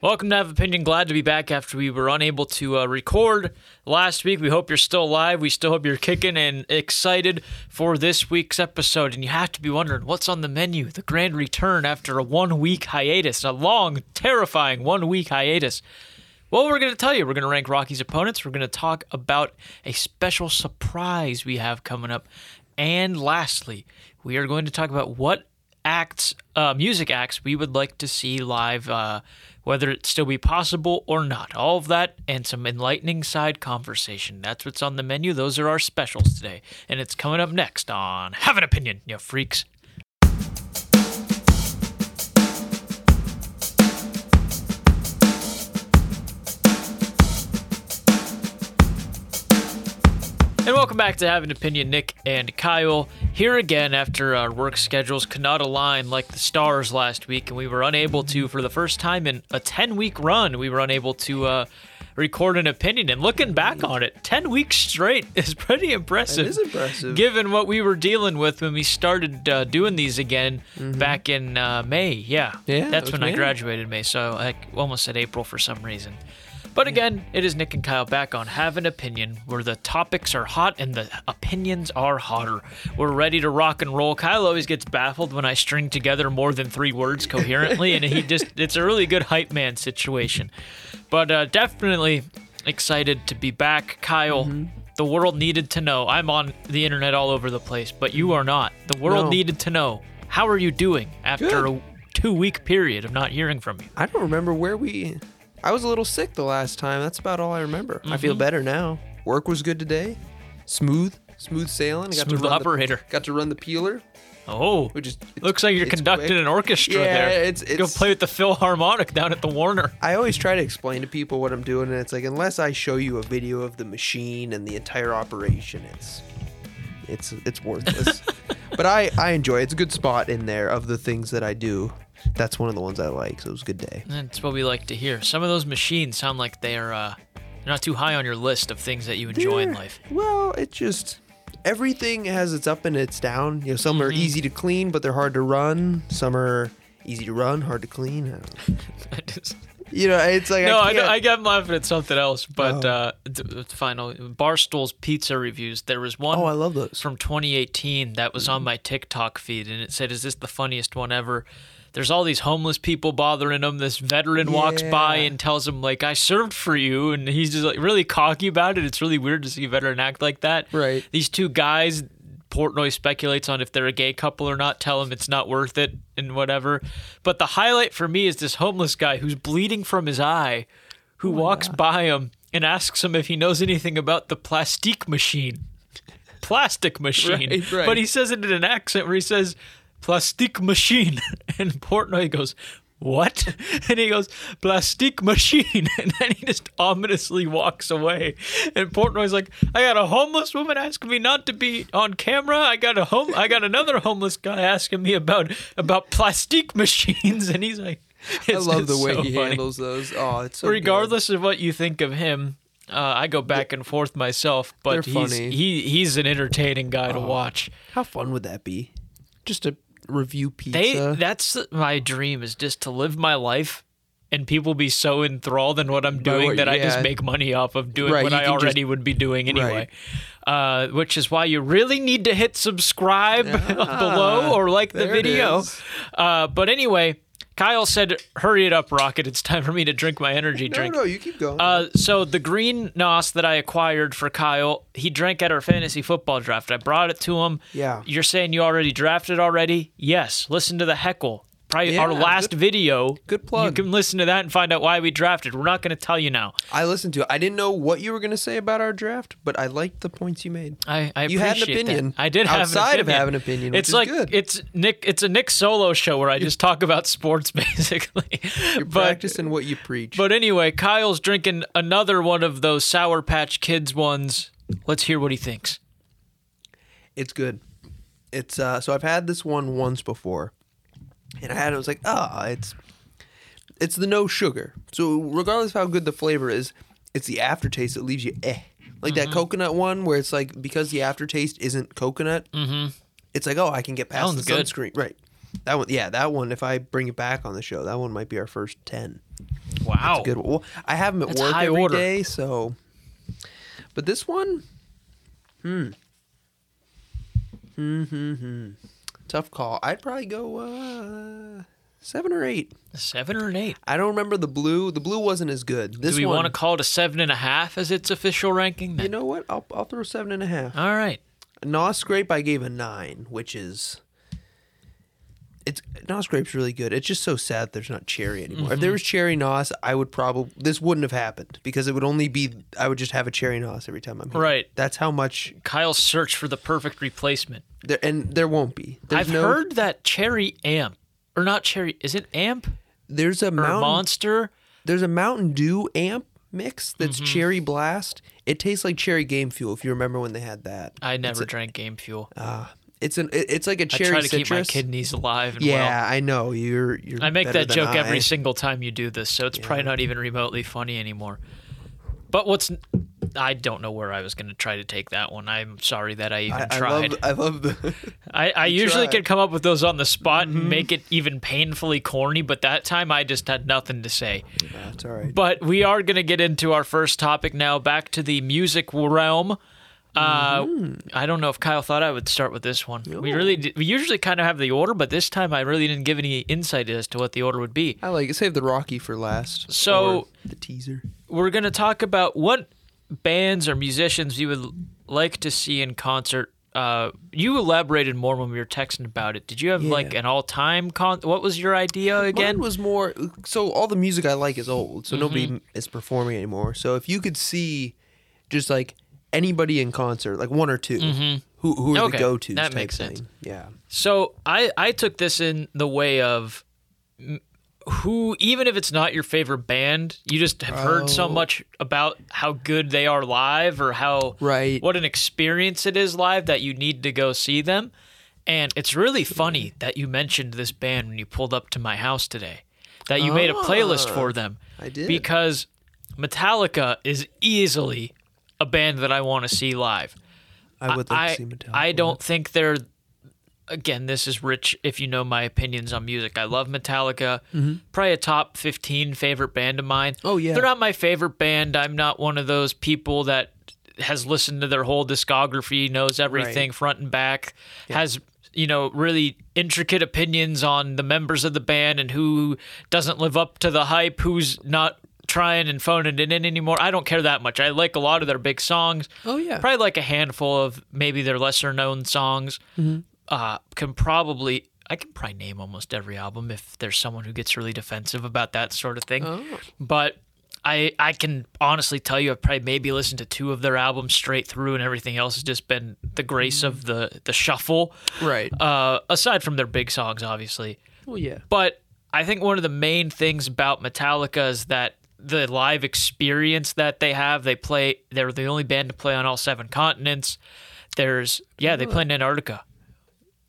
Welcome to Have Opinion. Glad to be back after we were unable to uh, record last week. We hope you're still alive. We still hope you're kicking and excited for this week's episode. And you have to be wondering what's on the menu? The grand return after a one week hiatus, a long, terrifying one week hiatus. Well, we're going to tell you. We're going to rank Rocky's opponents. We're going to talk about a special surprise we have coming up. And lastly, we are going to talk about what acts, uh, music acts we would like to see live, uh, whether it still be possible or not. All of that and some enlightening side conversation. That's what's on the menu. Those are our specials today. And it's coming up next on Have an Opinion, you freaks. And welcome back to Have an Opinion, Nick and Kyle. Here again after our work schedules could not align like the stars last week, and we were unable to, for the first time in a 10 week run, we were unable to uh, record an opinion. And looking back on it, 10 weeks straight is pretty impressive. It is impressive. Given what we were dealing with when we started uh, doing these again back in uh, May. Yeah. Mm-hmm. Yeah, that That's was when I May. graduated May, so I almost said April for some reason. But again, it is Nick and Kyle back on Have an Opinion, where the topics are hot and the opinions are hotter. We're ready to rock and roll. Kyle always gets baffled when I string together more than three words coherently, and he just, it's a really good hype man situation. But uh, definitely excited to be back, Kyle. The world needed to know. I'm on the internet all over the place, but you are not. The world No. needed to know. How are you doing after Good. a two week period of not hearing from you? I don't remember where we. I was a little sick the last time. That's about all I remember. I feel Mm-hmm. better now. Work was good today. Smooth, smooth sailing. I got Smooth to run operator. The, got to run the peeler, Oh, which is it's- looks like you're it's conducting quick. an orchestra Yeah, there. it's- Go it's- play with the Philharmonic down at the Warner. I always try to explain to people what I'm doing, and it's like unless I show you a video of the machine and the entire operation, it's it's it's worthless. but I I enjoy. it. It's a good spot in there of the things that I do. That's one of the ones I like. So it was a good day. That's what we like to hear. Some of those machines sound like they're uh, they're not too high on your list of things that you enjoy in They're- life. Well, it just everything has its up and its down. You know, some Mm-hmm. are easy to clean, but they're hard to run. Some are easy to run, hard to clean. I don't know. I just- You know, it's like no, I, I, can't, I, got laughing at something else, but Oh. uh, d- d- final Barstool's pizza reviews. There was one oh, I love those. from 2018 that was Mm-hmm. on my TikTok feed, and it said, "Is this the funniest one ever?" There's all these homeless people bothering him. This veteran walks by Yeah. and tells him, "Like I served for you," and he's just like really cocky about it. It's really weird to see a veteran act like that. Right. These two guys. Portnoy speculates on if they're a gay couple or not. Tell him it's not worth it and whatever. But the highlight for me is this homeless guy who's bleeding from his eye, Oh who walks by him and asks him if he knows anything about the plastique machine plastic machine. Right, right. But he says it in an accent where he says plastic machine. And Portnoy goes, What? And he goes, plastic machine. And then he just ominously walks away. And Portnoy's like, I got a homeless woman asking me not to be on camera. I got a home I got another homeless guy asking me about about plastic machines. And he's like, I it's- love it's the way so he funny handles those. Oh, it's so good. regardless of what you think of him, uh, I go back and forth myself. But They're he's funny. Oh. he he's an entertaining guy to watch. How fun would that be? Just a review pizza. They that's my dream is just to live my life. And people be so enthralled in what I'm doing what- that I just yeah. make money off of doing Right, what you I can just- already would be doing anyway. Uh, which is why you really need to hit subscribe below or like the there it video. is. Uh, but anyway, Kyle said, "Hurry it up, Rocket! It's time for me to drink my energy no, drink." no, you keep going. Uh, so the green nos that I acquired for Kyle, he drank at our fantasy football draft. I brought it to him. Yeah. You're saying you already drafted already? Yes. Listen to the heckle. Probably our Yeah, last video. good plug. You can listen to that and find out why we drafted. We're not going to tell you now. I listened to it. I didn't know what you were going to say about our draft, but I liked the points you made. I, I You had an appreciate that. opinion I did have outside an of opinion. having an opinion, which It's is like good. it's Nick. It's a Nick Solo show where I just talk about sports basically. You're but practicing what you preach. but anyway, Kyle's drinking another one of those Sour Patch Kids ones. Let's hear what he thinks. It's good. It's uh so I've had this one once before. And I had it I was like, ah, it's it's the no sugar. So regardless of how good the flavor is, it's the aftertaste that leaves you eh. Like Mm-hmm. that coconut one where it's like because the aftertaste isn't coconut, mm-hmm. it's like, oh, I can get past one's the good. sunscreen. Right. That one, yeah, that one. If I bring it back on the show, that one might be our first ten. Wow. It's a good one. Well, I have them Oh. at That's work every high day, order. so. But this one, hmm, hmm, hmm. tough call. I'd probably go uh, seven or eight. Seven or an eight. I don't remember the blue. The blue wasn't as good. This Do we one, want to call it a seven and a half as its official ranking? you Then? know what? I'll I'll throw seven and a half. All right. Nos grape I gave a nine, which is it's Nos grape's really good. It's just so sad there's not cherry anymore. If Mm-hmm. there was cherry Nos, I would probably this wouldn't have happened because it would only be I would just have a cherry Nos every time I'm here. Right. That's how much Kyle's search for the perfect replacement. there and there won't be. There's I've no, heard that cherry amp, or not cherry, is it amp there's a or mountain monster? there's a Mountain Dew amp mix that's Mm-hmm. cherry blast. It tastes like cherry game fuel if you remember when they had that. I never drank game fuel. Ah, it's an it- it's like a I cherry try to citrus. keep my kidneys alive and well. yeah, I know. You're you're I make better that than joke I. every single time you do this, so it's probably not even remotely funny anymore. But what's I don't know where I was going to try to take that one. I'm sorry that I even I, I tried. love I love the I, I usually tried. can come up with those on the spot and make it even painfully corny, but that time I just had nothing to say. That's all right. But we are going to get into our first topic now, back to the music realm. Uh, I don't know if Kyle thought I would start with this one. We really, d- we usually kind of have the order, but this time I really didn't give any insight as to what the order would be. I like it. Save the Rocky for last. So- Or the teaser. We're going to talk about what bands or musicians you would l- like to see in concert. Uh, you elaborated more when we were texting about it. Did you have like Yeah. an all-time con? What was your idea Mine again? Mm-hmm. was more so all the music I like is old, so nobody is performing anymore. So if you could see just like anybody in concert, like one or 2 who who are Mm-hmm. Okay, the go-tos that type makes thing. sense. Yeah. So I I took this in the way of m- who even if it's not your favorite band, you just have heard so Oh. much about how good they are live or how Right. what an experience it is live that you need to go see them. And it's really funny that you mentioned this band when you pulled up to my house today. That you made a playlist Ah, for them. I did. Because Metallica is easily a band that I want to see live. I would like I, to see Metallica. I don't think they're. Again, this is rich. If you know my opinions on music, I love Metallica. Probably a top fifteen favorite band of mine. Mm-hmm. Oh, yeah. they're not my favorite band. I'm not one of those people that has listened to their whole discography, knows everything front and back, has you know really intricate opinions on the members of the band and who doesn't live up to the hype, who's not trying and phoning it in anymore. I don't care that much. I like a lot of their big songs Oh yeah. probably like a handful of maybe their lesser known songs. Uh, can probably I can probably name almost every album if there's someone who gets really defensive about that sort of thing. But I I can honestly tell you I've probably maybe listened to two of their albums straight through, and everything else has just been the grace of the the shuffle. Right. Uh, aside from their big songs, obviously. Oh yeah. But I think one of the main things about Metallica is that the live experience that they have, they play they're the only band to play on all seven continents. There's yeah, they play in Antarctica.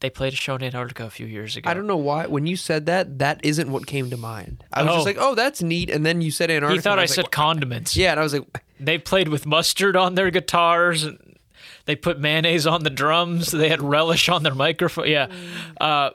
They played a show in Antarctica a few years ago. I don't know why when you said that, that isn't what came to mind. I was Oh. just like, "Oh, that's neat," and then you said Antarctica. he thought and I, was said like, condiments. "Yeah," and I was like, They played with mustard on their guitars. And they put mayonnaise on the drums. They had relish on their microphone. Yeah, Mm. uh,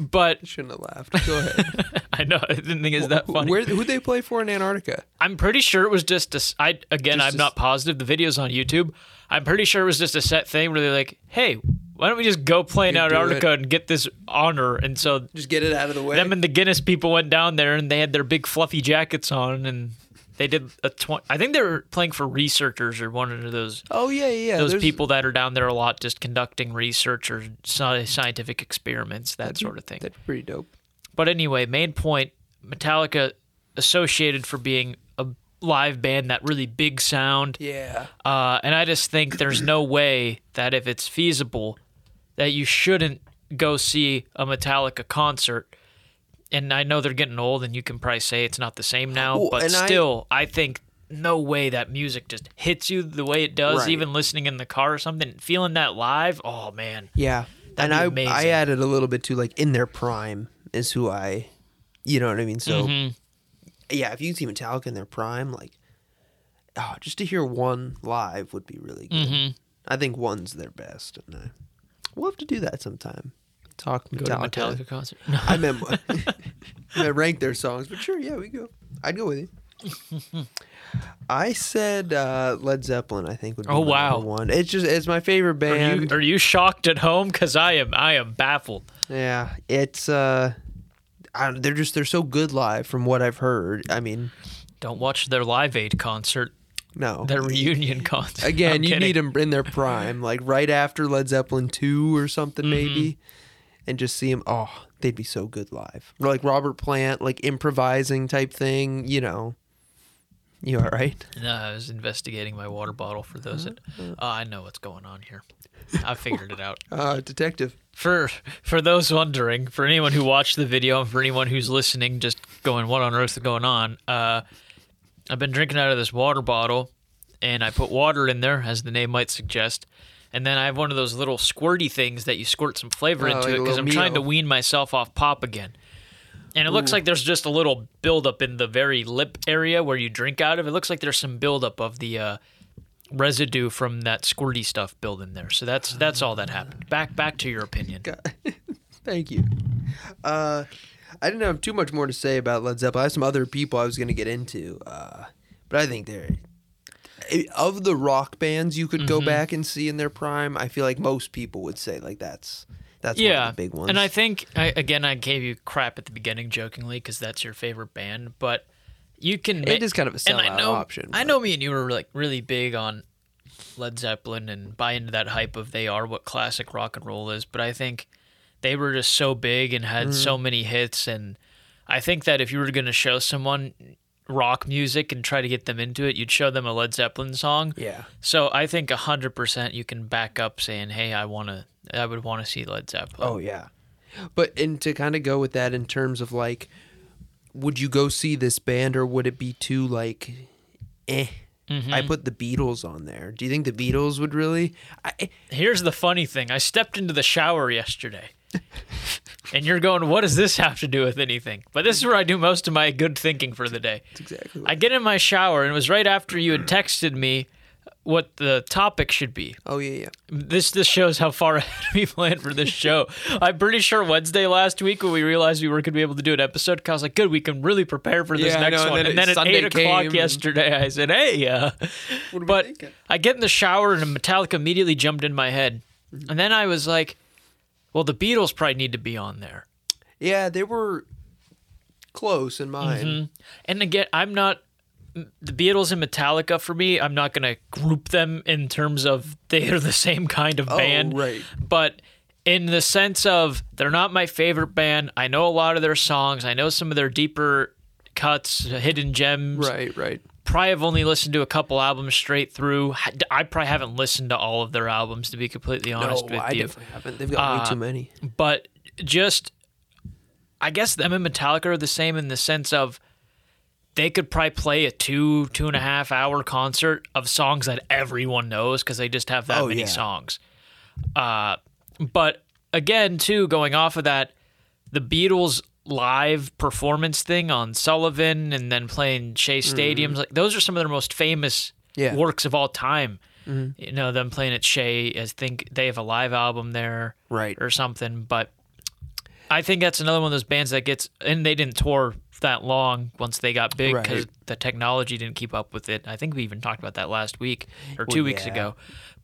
but "Shouldn't have laughed." Go ahead. I know I didn't think it was that Who- funny. Where who they play for in Antarctica? I'm pretty sure it was just a s I again, I'm a s- not positive. The video's on YouTube. I'm pretty sure it was just a set thing where they're like, "Hey, why don't we just go play in You do Antarctica and get this honor?" And so Just get it out of the way. them and the Guinness people went down there and they had their big fluffy jackets on and they did a twenty. I think they were playing for researchers or one of those oh yeah, yeah. yeah. those There's- people that are down there a lot, just conducting research or sci- scientific experiments, that sort of thing. That's pretty dope. But anyway, main point Metallica associated for being a live band, that really big sound. Yeah. Uh, and I just think there's no way that if it's feasible, that you shouldn't go see a Metallica concert. And I know they're getting old, and you can probably say it's not the same now, Well, but and I- still, I, think no way that music just hits you the way it does, Right. even listening in the car or something, feeling that live. Oh, man. Yeah. That'd and I be I amazing. added a little bit too, like in their prime is who I you know what I mean? So Mm-hmm. yeah, if you can see Metallica in their prime, like oh, just to hear one live Mm-hmm. would be really good. I think one's their best and I, we'll have to do that sometime. talk Go to Metallica. Metallica concert. No. I meant I ranked their songs, but sure, yeah, we go. I'd go with you. I said uh, Led Zeppelin. I think would be Oh, my wow. number one. It's just it's my favorite Are you, band. are you shocked at home? Because I am. I am baffled. Yeah, it's uh, I, they're just they're so good live from what I've heard. I mean, Don't watch their Live Aid concert, no, their reunion concert. again, I'm you kidding. need them in their prime, like right after Led Zeppelin two or something Mm-hmm. maybe, and just see them. Oh, they'd be so good live. Like Robert Plant, like improvising type thing. You know, you all right? No, I was investigating my water bottle for those that. Uh, I know what's going on here. I figured it out. Uh, detective. For for those wondering, for anyone who watched the video, and for anyone who's listening, just going, "What on earth is going on?" Uh, I've been drinking out of this water bottle, and I put water in there, as the name might suggest. And then I have one of those little squirty things that you squirt some flavor Oh, into like it a because little I'm trying to Mio. wean myself off pop again. And it looks like there's just a little buildup in the very lip area where you drink out of. It looks like there's some buildup of the uh, residue from that squirty stuff build in there. So that's that's all that happened. Back back to your opinion. God. Thank you. Uh, I didn't have too much more to say about Led Zeppelin. I have some other people I was going to get into, uh, but I think they're eh, of the rock bands you could Mm-hmm. go back and see in their prime. I feel like most people would say like that's that's one yeah, of the big ones. and I think I, again I gave you crap at the beginning jokingly because that's your favorite band, but you can. It is kind of a and I sellout know, option, I but- know. Me and you were like really big on Led Zeppelin and buy into that hype of they are what classic rock and roll is, but I think they were just so big and had Mm-hmm. so many hits, and I think that if you were going to show someone rock music and try to get them into it, you'd show them a Led Zeppelin song. yeah, So I think hundred percent you can back up saying, "Hey, I want to, I would want to see Led Zeppelin." oh yeah. But and to kind of go with that in terms of like, would you go see this band or would it be too like, eh? I Mm-hmm. put the Beatles on there. Do you think the Beatles would really? I, eh. Here's the funny thing: I stepped into the shower yesterday, and you're going, "What does this have to do with anything?" But this is where I do most of my good thinking for the day. exactly. I get in my shower, and it was right after you had texted me what the topic should be. oh yeah, yeah. This this shows how far ahead we planned for this show. I'm pretty sure Wednesday last week when we realized we weren't going to be able to do an episode, Kyle's like, "Good, we can really prepare for this Yeah, I next know, and one." then And it- then, at Sunday eight o'clock came and- yesterday, I said, "Hey, uh, What are we but thinking? I get in the shower and Metallica immediately jumped in my head, Mm-hmm. and then I was like, "Well, the Beatles probably need to be on there." Yeah, they were close in mine. Mm-hmm. And again, I'm not the Beatles and Metallica for me. I'm not going to group them in terms of they are the same kind of Oh, band, right. But in the sense of they're not my favorite band. I know a lot of their songs. I know some of their deeper cuts, hidden gems. Right, right. Probably have only listened to a couple albums straight through. I probably haven't listened to all of their albums to be completely honest No, with I you Uh, definitely haven't. They've got way too many. but just I guess them and Metallica are the same in the sense of they could probably play a two two and a half hour concert of songs that everyone knows because they just have that Oh, many yeah. songs. Uh, but again, too, going off of that, the Beatles live performance thing on Sullivan and then playing Shea Stadiums, like those are some of their most famous Mm-hmm. Yeah. Mm-hmm. works of all time. You know, them playing at Shea, I think they have a live album there Right. or something. But I think that's another one of those bands that gets, and they didn't tour that long once they got big because Right. the technology didn't keep up with it. I think we even talked about that last week or two weeks yeah. ago.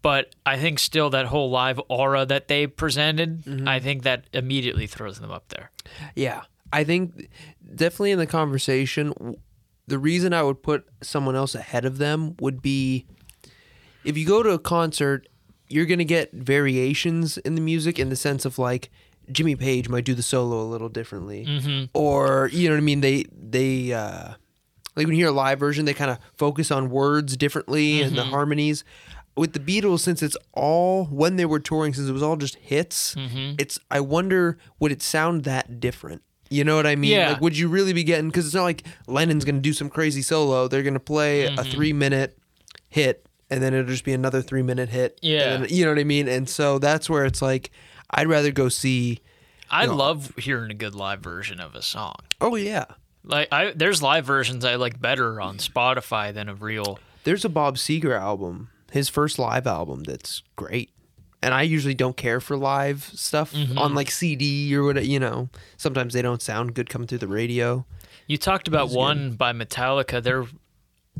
But I think still that whole live aura that they presented, Mm-hmm. I think that immediately throws them up there. Yeah. I think definitely in the conversation, w- the reason I would put someone else ahead of them would be if you go to a concert, you're going to get variations in the music in the sense of like Jimmy Page might do the solo a little differently. Or, you know what I mean? They, they, uh, like when you hear a live version, they kind of focus on words differently and the harmonies. With the Beatles, since it's all when they were touring, since it was all just hits, it's I wonder would it sound that different? You know what I mean? Yeah. Like, would you really be getting? Because it's not like Lennon's going to do some crazy solo. They're going to play Mm-hmm. a three minute hit, and then it'll just be another three minute hit. and Yeah. then- you know what I mean? And so that's where it's like, I'd rather go see. I love hearing a good live version of a song. Oh yeah, Like I, there's live versions I like better on Spotify than a real. There's a Bob Seger album, his first live album, that's great. and I usually don't care for live stuff Mm-hmm. on like CD or what you know. Sometimes they don't sound good coming through the radio. You talked about one by Metallica, their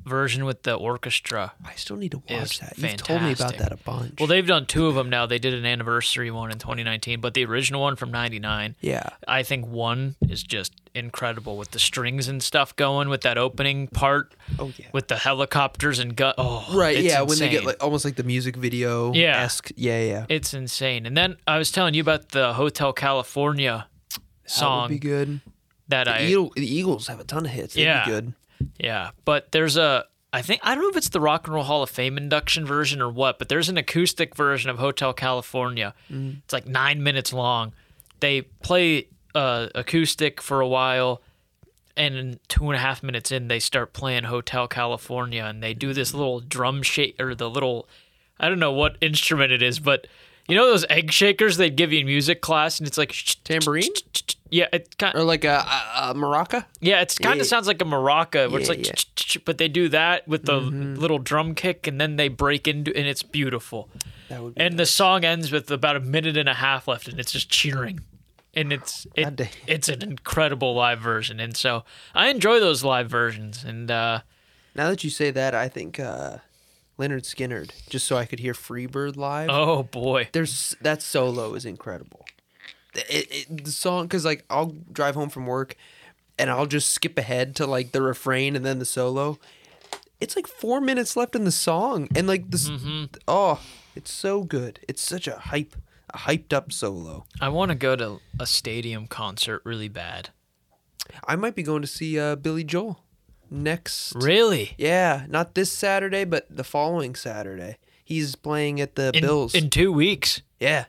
version with the orchestra. I still need to It's watch that. You've told me about fantastic. that a bunch. Well, they've done two of them now. They did an anniversary one in 2019, but the original one from 99. yeah, I think one is just incredible with the strings and stuff going with that opening part. Oh, yeah. With the helicopters and gut. Oh, right. it's Yeah, when they get insane. like almost like the music video Yeah. esque. Yeah, yeah. it's insane. And then I was telling you about the Hotel California That would song be that, good. The, I Eagle- the Eagles have a ton of hits. That'd Yeah. be good. yeah. But there's a I think I don't know if it's the Rock and Roll Hall of Fame induction version or what, but there's an acoustic version of Hotel California. It's like nine minutes long. They play uh, acoustic for a while, and in two and a half minutes in, they start playing Hotel California, and they do this little drum shake or the little I don't know what instrument it is, but you know those egg shakers they'd give you in music class, and it's like Tambourine Yeah, it kind or like uh, a, a, a maraca. yeah, it's kind Yeah. of sounds like a maraca, where it's Yeah, like, yeah. Mm-hmm. ch-ch-ch, but they do that with the little drum kick, and then they break into, and it's beautiful. That would be. And the song ends with about a minute and a half left, and it's just cheering, and it's God it, damn. it's an incredible live version, and so I enjoy those live versions, and uh, Now that you say that, I think uh, Leonard Skinnerd, just so I could hear Freebird live. oh boy, There's that solo is incredible. It, it, the song, because like I'll drive home from work, and I'll just skip ahead to like the refrain and then the solo. It's like four minutes left in the song, and like this, Mm-hmm. oh, it's so good. It's such a hype, a hyped up solo. I want to go to a stadium concert really bad. I might be going to see uh, Billy Joel next. Really, Yeah, not this Saturday, but the following Saturday. He's playing at the in, Bills. in two weeks, yeah,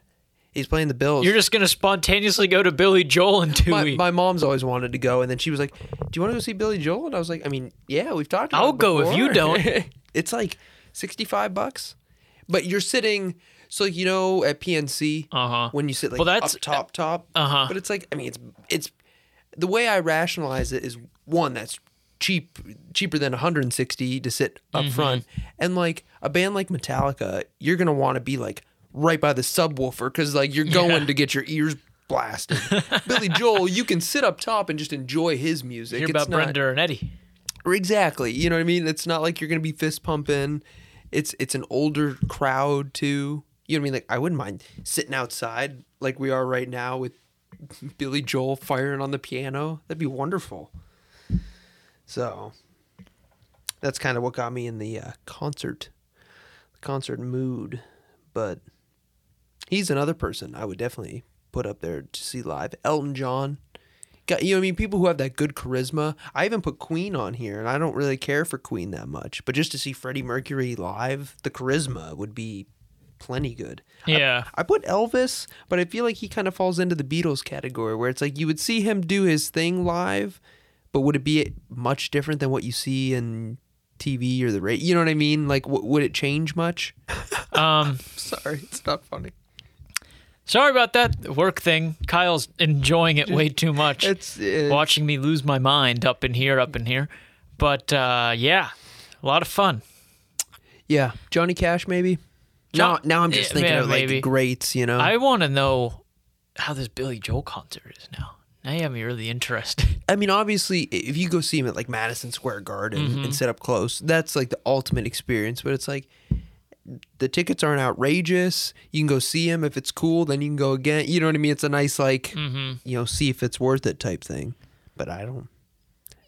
he's playing the Bills. you're just gonna spontaneously go to Billy Joel in two my, weeks. my mom's always wanted to go, and then she was like, "Do you want to go see Billy Joel?" And I was like, "I mean, yeah, we've talked about I'll it go if you before." don't. it's like sixty-five bucks, but you're sitting. So like you know at PNC Uh-huh. when you sit like Well, that's- up top top. Uh-huh. But it's like I mean it's it's the way I rationalize it is one that's cheap cheaper than 160 to sit up Mm-hmm. front and like a band like Metallica you're going to want to be like right by the subwoofer cuz like you're going to get your ears blasted. Billy Joel, you can sit up top and just enjoy his music. Hear It's about not- Brenda and Eddie. Exactly. You know what I mean? It's not like you're going to be fist pumping. It's it's an older crowd too. You know what I mean? Like I wouldn't mind sitting outside like we are right now with Billy Joel firing on the piano. That'd be wonderful. So that's kind of what got me in the uh, concert concert mood, but he's another person I would definitely put up there to see live. Elton John. Got, you know what I mean? People who have that good charisma. I even put Queen on here, and I don't really care for Queen that much. But just to see Freddie Mercury live, the charisma would be plenty good. I- Yeah. I, put Elvis, but I feel like he kind of falls into the Beatles category where it's like you would see him do his thing live, but would it be much different than what you see in TV or the radio? You know what I mean? Like, w- would it change much? Um, Sorry, it's not funny. sorry about that work thing. Kyle's enjoying it way too much. It's uh, watching me lose my mind up in here, up in here. But uh, yeah, a lot of fun. yeah, Johnny Cash maybe. Jo- No, now I'm just Yeah, thinking yeah, of like Eh, maybe. the greats, you know. I want to know how this Billy Joel concert is now. Now you have me really interested. I mean, obviously, i- if you go see him at like Madison Square Garden Mm-hmm. and sit up close, that's like the ultimate experience. But it's like the tickets aren't outrageous. You can go see him if it's cool, then you can go again. You know what I mean? It's a nice like Mm-hmm. you know, see if it's worth it type thing. But I don't.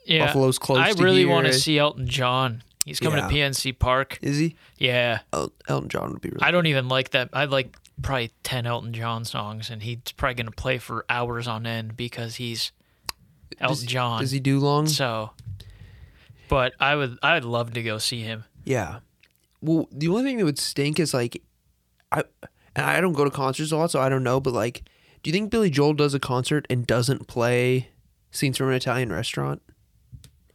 Yeah, Buffalo's close I to really want to here. see Elton John. He's coming Yeah. to PNC Park. Is he? Yeah, El- Elton John would be really. I don't even like that. I like probably ten Elton John songs, and he's probably gonna play for hours on end because he's Elton does, he- John. Does he do long? So, but I would I'd love to go see him. Yeah. Well, the only thing that would stink is like, I and I don't go to concerts a lot, so I don't know. But like, do you think Billy Joel does a concert and doesn't play "Scenes from an Italian Restaurant"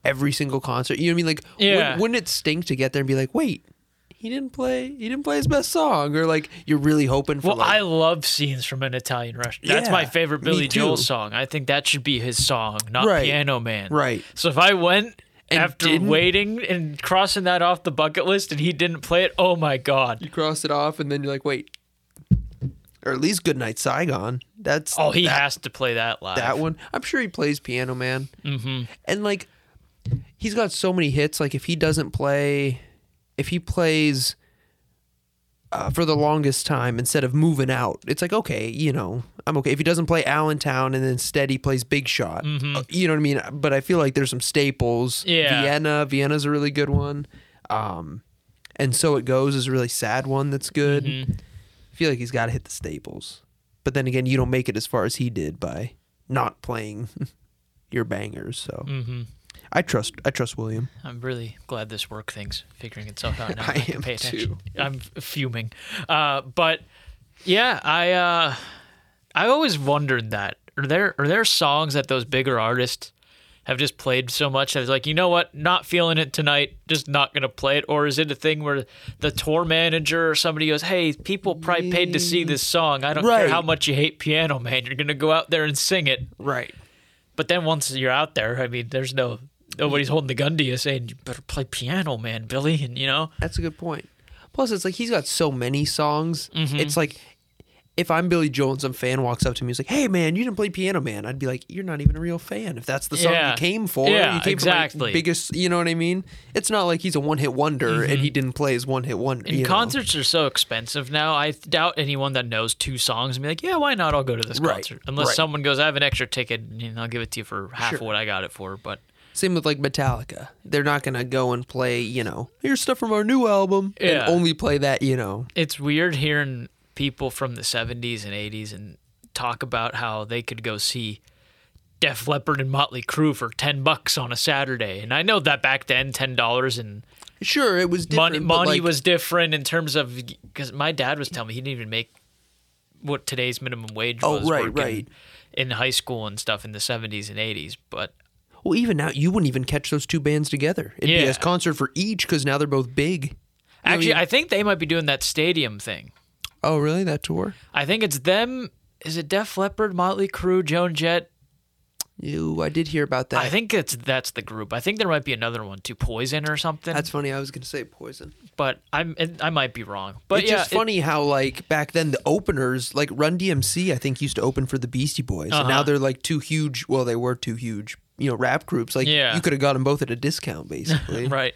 every single concert? You know what I mean? Like, Yeah. wouldn't, wouldn't it stink to get there and be like, wait, he didn't play, he didn't play his best song, or like you're really hoping for? Well, I like, love scenes from an Italian restaurant. That's my Yeah, favorite me Billy Joel too. song. I think that should be his song, not Right, Piano Man. right. So if I went And after didn't- waiting and crossing that off the bucket list and he didn't play it, oh my god. you cross it off, and then you're like, wait, or at least Good Night Saigon. That's Oh, he that, has to play that live. that one. I'm sure he plays Piano Man. Mm-hmm. And like, he's got so many hits. Like, if he doesn't play, if he plays uh, for the longest time instead of moving out, it's like okay, you know, I'm okay. If he doesn't play Allentown and then instead he plays Big Shot, uh, you know what I mean. But I feel like there's some staples. Yeah. Vienna. Vienna's a really good one. Um, and so it goes is a really sad one that's good. Mm-hmm. I feel like he's got to hit the staples. But then again, you don't make it as far as he did by not playing your bangers. So Mm-hmm. I trust I trust William. I'm really glad this work thing's figuring itself out now. I I, can am pay attention. I'm fuming. Uh, but yeah, I uh, I always wondered that. Are there are there songs that those bigger artists have just played so much that it's like, you know what, not feeling it tonight, just not gonna play it? Or is it a thing where the tour manager or somebody goes, Hey, people probably paid to see this song. I don't care Right. how much you hate piano man, you're gonna go out there and sing it. Right. But then once you're out there, I mean, there's no nobody's holding the gun to you saying you better play piano, man, Billy, and you know. That's a good point. Plus, it's like he's got so many songs. Mm-hmm. It's like if I'm Billy Joel and some fan walks up to me, he's like, "Hey, man, you didn't play Piano Man." I'd be like, "You're not even a real fan. If that's the song Yeah. you came for, Yeah, you came for my exactly. Mm-hmm. biggest. You know what I mean? It's not like he's a one hit wonder and he didn't play his one hit wonder. And you know? concerts are so expensive now. I doubt anyone that knows two songs and be like, yeah, why not? I'll go to this Right, concert. Unless right. someone goes, I have an extra ticket and I'll give it to you for half of Sure. what I got it for. But Same with like Metallica. They're not gonna go and play, you know, here's stuff from our new album Yeah. and only play that, you know. it's weird hearing people from the 70s and 80s and talk about how they could go see Def Leppard and Motley Crue for 10 bucks on a Saturday. And I know that back then, $10 and Sure, it was different. money but, money like, was different in terms of because my dad was telling me he didn't even make what today's minimum wage Oh, was right, working right. in high school and stuff in the 70s and 80s but well, even now you wouldn't even catch those two bands together. It'd be Yeah. a concert for each because now they're both big. actually i think they might be doing that stadium thing Oh, really? That tour? i think it's them is it def leppard motley Crue, joan jett Ew, I did hear about that. i think it's that's the group i think there might be another one too poison or something that's funny. I was gonna say Poison. but i'm and i might be wrong but it's yeah just it- funny how like back then the openers like Run DMC I think used to open for the Beastie Boys and Uh-huh. now they're like two huge. Well, they were two huge. You know, rap groups like Yeah. you could have got them both at a discount basically. right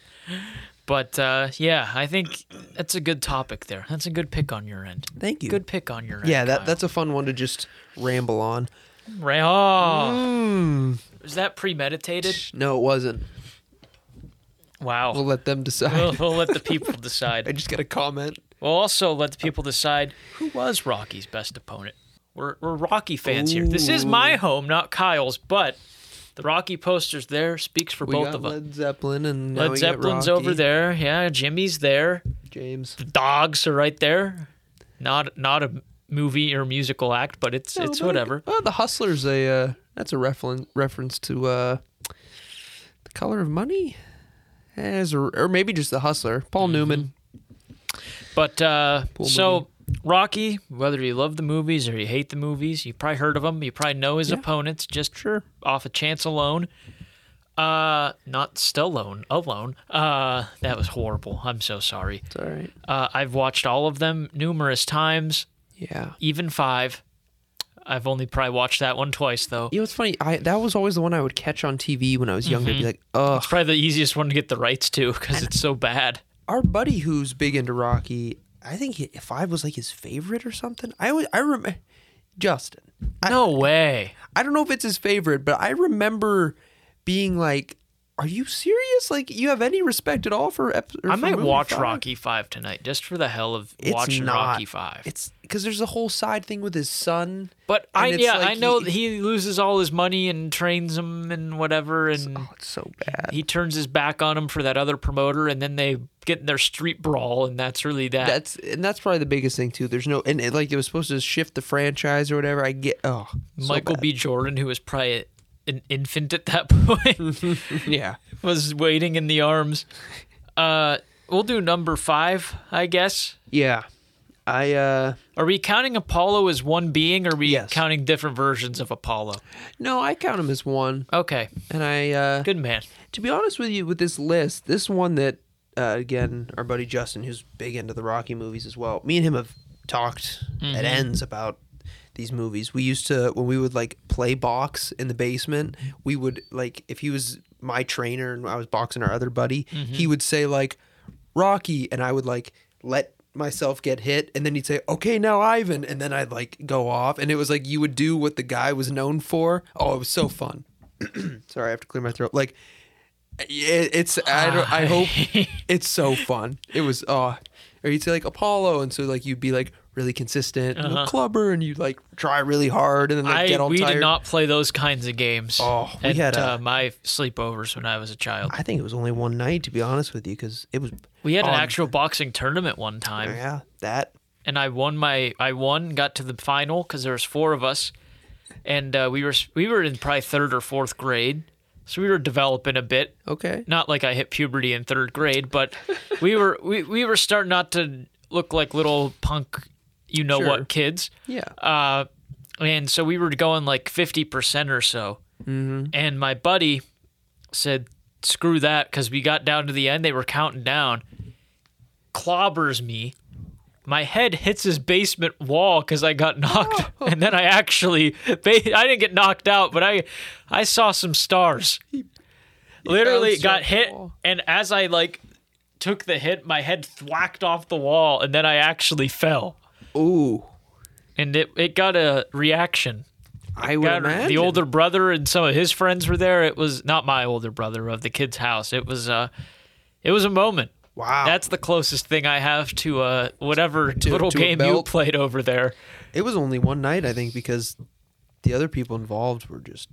but uh, yeah i think that's a good topic there that's a good pick on your end Thank you. good pick on your end Yeah, that, Kyle. that's a fun one to just ramble on. Ray. Mm. Oh. Was that premeditated? No, it wasn't. Wow. We'll We'll, let them decide. we'll let the people I decide. just got a comment. We'll also let the people decide who was Rocky's best opponent. We're, we're Rocky fans here. This is my home, not Kyle's, but the Rocky posters there speaks for We both got of us. Led Zeppelin and now Led we got Zeppelin's Rocky, over there. Yeah, Jimmy's there. James. The dogs are right there. Not not a movie or musical act, but it's it's whatever. Oh, the Hustler's a uh, that's a reference reference to uh, the Color of Money, as a, or maybe just the Hustler. Paul Mm-hmm. Newman. But uh, so Rocky, whether you love the movies or you hate the movies, you probably heard of him. You probably know his opponents just sure. off a chance alone. Uh, not Stallone alone. Uh, that was horrible. I'm so sorry. It's all right. Uh, I've watched all of them numerous times, Yeah. even five. I've only probably watched that one twice though. You know, it's funny. I that was always the one I would catch on TV when I was younger. Be Mm-hmm. like, ugh. It's probably the easiest one to get the rights to because it's so bad. our buddy who's big into Rocky, I think he- Five was like his favorite or something. I always, I remember Justin. I, No way. I don't know if it's his favorite, but I remember being like, "Are you serious? Like, you have any respect at all for?" Ep- or I for might movie watch five?" Rocky Five tonight just for the hell of It's watching not. Rocky Five. It's because there's a whole side thing with his son. But and I it's yeah like I know that he, loses all his money and trains him and whatever and Oh, it's so bad. he turns his back on him for that other promoter and then they get in their street brawl and that's really that. That's and that's probably the biggest thing too. There's no and it, like it was supposed to shift the franchise or whatever. I get oh so Michael bad. B. Jordan, who was probably an infant at that point, yeah was waiting in the arms. Uh, we'll do number five, I guess. yeah I uh Are we counting Apollo as one being? Or are we Yes. counting different versions of Apollo? no I count him as one Okay, and I uh good man. to be honest with you with this list this one that uh, again our buddy Justin who's big into the Rocky movies as well me and him have talked at ends about these movies. We used to when we would like play box in the basement. We would like if he was my trainer and I was boxing our other buddy, he would say like Rocky, and I would like let myself get hit and then he'd say okay now ivan and then i'd like go off and it was like you would do what the guy was known for oh it was so fun sorry i have to clear my throat like it, it's I, don't, I hope it's so fun it was uh or you'd say like apollo and so like you'd be like really consistent and a clubber and you'd like try really hard and then like, Uh-huh. I, get all we tired did not play those kinds of games Oh, we at had a- uh, my sleepovers when I was a child. i think it was only one night to be honest with you because it was We had an on- actual boxing tournament one time. yeah that and I won my I won got to the final because there was four of us, and uh, we were we were in probably third or fourth grade, so we were developing a bit. okay Not like I hit puberty in third grade, but we were we, we were starting not to look like little punk, you know Sure. what kids. yeah Uh, and so we were going like 50% or so. Mm-hmm. And my buddy said, screw that, because we got down to the end. They were counting down. Clobbers me. My head hits his basement wall because I got knocked. And then I actually, ba- I didn't get knocked out, but I, I saw some stars. Literally bounced got off the hit. wall. And as I like took the hit, my head thwacked off the wall. And then I actually fell ooh and it, it got a reaction. i would Got- imagine the older brother and some of his friends were there. It was not my older brother of the kid's house. It was uh, it was a moment. wow That's the closest thing I have to uh, whatever little to a game you belt. played over there. It was only one night, I think, because the other people involved were just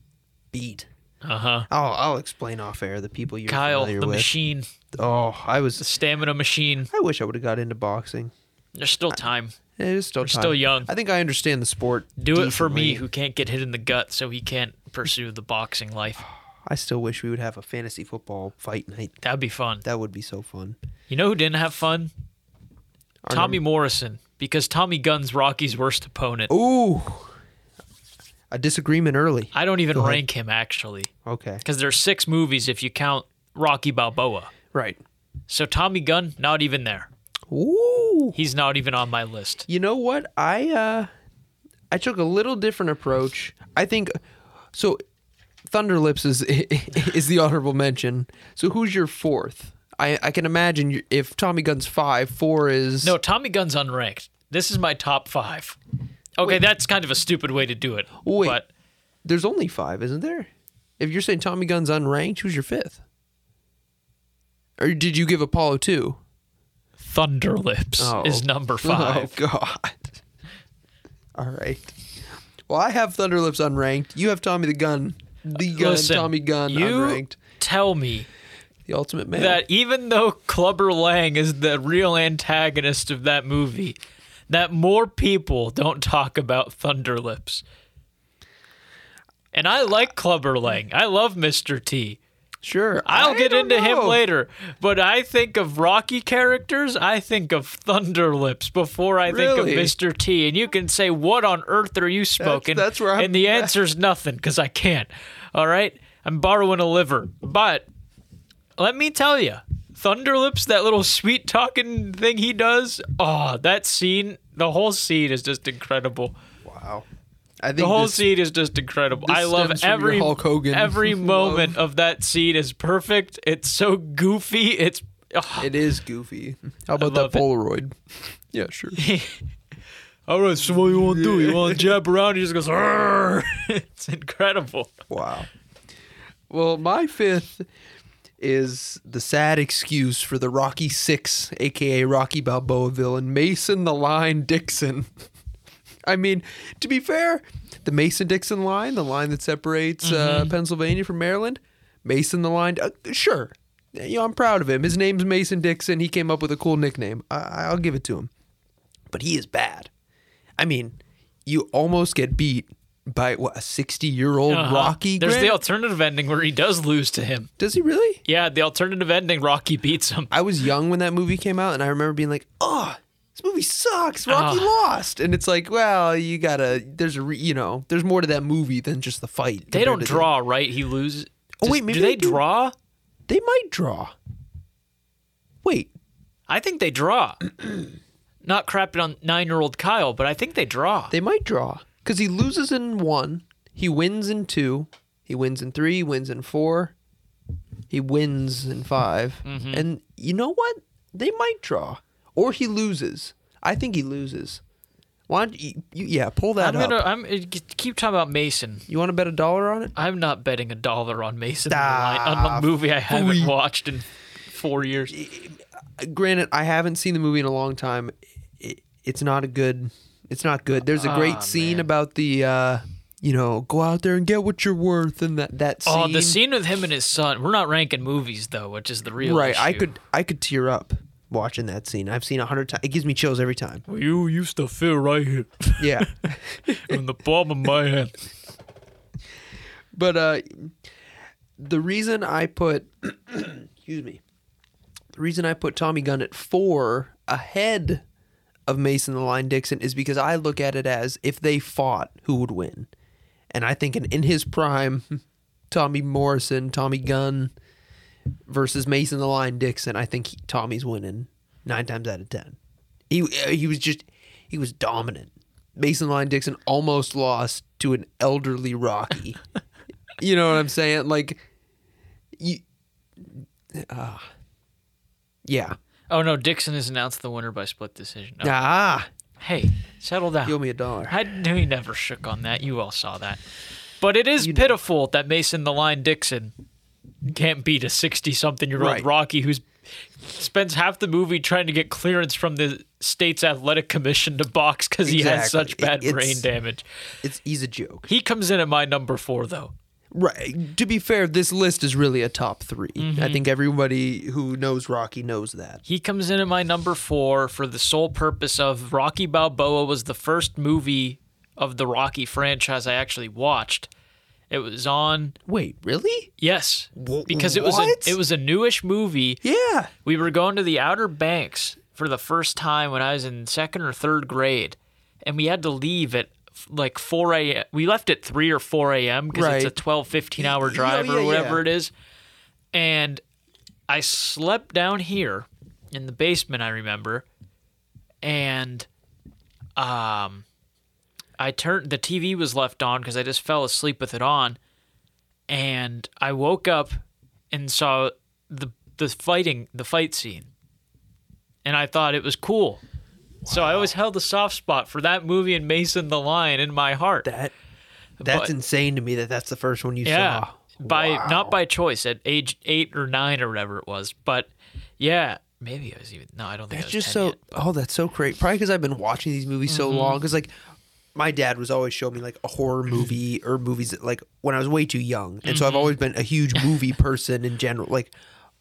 beat. Uh huh. I'll, I'll explain off air the people you're Kyle, the familiar with. machine, Oh, I the was. stamina machine. I wish I would have got into boxing. There's still time. It is still time. still young. I think I understand the sport. Do it for me, decently. who can't get hit in the gut, so he can't pursue the boxing life. I still wish we would have a fantasy football fight night. That'd be fun. That would be so fun. You know who didn't have fun? Our Tommy Morrison, because Tommy Gunn's Rocky's worst opponent. Ooh, a disagreement early. I don't even ahead. rank him actually. Okay, because there's six movies if you count Rocky Balboa. right. So Tommy Gunn, not even there. Ooh. He's not even on my list. You know what? I uh I took a little different approach. I think so Thunderlips is is the honorable mention. So who's your fourth? I I can imagine you- if Tommy Gunn's 5, 4 is No, Tommy Gunn's unranked. This is my top five. Okay, that's kind of a stupid way to do it. Wait. But There's only 5, isn't there? If you're saying Tommy Gunn's unranked, who's your fifth? Or did you give Apollo 2? Thunderlips Oh. is number five. Oh god. All right. Well, I have Thunderlips unranked. You have Tommy the Gun. The Gun, Listen, Tommy Gun you unranked. tell me The Ultimate Man. that even though Clubber Lang is the real antagonist of that movie, that more people don't talk about Thunderlips. And I like Clubber Lang. I love Mr. T. sure. I'll I get don't into him know. later, but I think of Rocky characters, I think of Thunderlips before I Really? think of Mr. T. And you can say, What on earth are you smoking? that's where I'm- and the answer's nothing because I can't. All right? I'm borrowing a liver. But let me tell you, Thunderlips, that little sweet talking thing he does, oh, that scene, the whole scene is just incredible. Wow. I think The whole this- scene is just incredible. I love stems from your every Hulk Hogan every love. moment of that scene is perfect. It's so goofy. It's ugh. it is goofy. How about love that it. Polaroid? Yeah, sure. all right. So what you want to do? You want to jab around? He just goes. "Arr." it's incredible. wow. Well, my fifth is the sad excuse for the Rocky Six, aka Rocky Balboa villain, Mason the Line Dixon. I mean, to be fair, the Mason Dixon line, the line that separates Mm-hmm. uh, Pennsylvania from Maryland, Mason the line, uh, sure. You know, I'm proud of him. His name's Mason Dixon. He came up with a cool nickname. I- I'll give it to him. But he is bad. I mean, you almost get beat by what a 60 year old Uh-huh. Rocky. There's Grant? the alternative ending where he does lose to him. Does he really? Yeah, the alternative ending. Rocky beats him. I was young when that movie came out, and I remember being like, "Oh, this movie sucks. Rocky Ah. lost." And it's like, well, you gotta. There's a re, you know, there's more to that movie than just the fight. They compared don't to the- draw, right? He loses. Oh, Does- wait, maybe do they, they do. draw? they might draw. Wait, I think they draw. not crapping on nine year old Kyle, but I think they draw. They might draw because he loses in one, he wins in two, he wins in three, he wins in four, he wins in 5 Mm-hmm. and you know what? They might draw, or he loses. I think he loses. Why? Don't you, you, yeah, pull that I'm up. gonna I'm uh, keep talking about Mason. You want to bet a dollar on it? I'm not betting a dollar on Mason Stop, on a movie I haven't fool. watched in four years. Granted, I haven't seen the movie in a long time. It, it's not a good. It's not good. There's a great Ah, scene man. about the, uh, you know, go out there and get what you're worth, and that that scene. Oh, the scene with him and his son. We're not ranking movies though, which is the real Right, I issue. could I could tear up watching that scene. I've seen a hundred times. It gives me chills every time. You used to feel right here Yeah, in the palm of my hand. but uh, the reason I put excuse me, the reason I put Tommy Gunn at four ahead of Mason the Line Dixon is because I look at it as if they fought, who would win, and I think in, in his prime, Tommy Morrison, Tommy Gunn versus Mason the Line Dixon, I think he, Tommy's winning nine times out of ten. He uh, he was just he was dominant. Mason Line Dixon almost lost to an elderly Rocky. you know what I'm saying? Like, you, ah. yeah. Oh no, Dixon is announced the winner by split decision. Oh, Ah, Hey, settle down. you owe me a dollar. I knew he never shook on that. You all saw that. But it is pitiful that Mason the Line Dixon can't beat a 60 something year old Right. Rocky who's spends half the movie trying to get clearance from the state's athletic commission to box because he has Exactly. such bad It- it's- brain damage. It's he's a joke. He comes in at my number four, though. Right. To be fair, this list is really a top 3 I think everybody who knows Rocky knows that. He comes in at my number four for the sole purpose of Rocky Balboa was the first movie of the Rocky franchise I actually watched. It was on Wait, really? Yes, Wh- because it was a, what? it was a newish movie. Yeah. We were going to the Outer Banks for the first time when I was in second or third grade, and we had to leave at f- like 4 a.m. We left at 3 or 4 a.m. because it's a Right. 12, 15 hour yeah, drive yeah, or whatever yeah. it is. And I slept down here in the basement, I remember, and um, I turned the TV was left on because I just fell asleep with it on and I woke up and saw the the fighting the fight scene, and I thought it was cool. So I always held a soft spot for that movie and Mason the Lion in my heart. That that's But- insane to me that that's the first one you yeah, saw. by Wow. not by choice at age eight or nine or whatever it was, but yeah, maybe I was even no, I don't think That's I was just 10 so. yet. Oh, that's so great. Probably because I've been watching these movies so long. Because like, my dad was always showing me like a horror movie or movies that, like when I was way too young, and so I've always been a huge movie person in general. Like,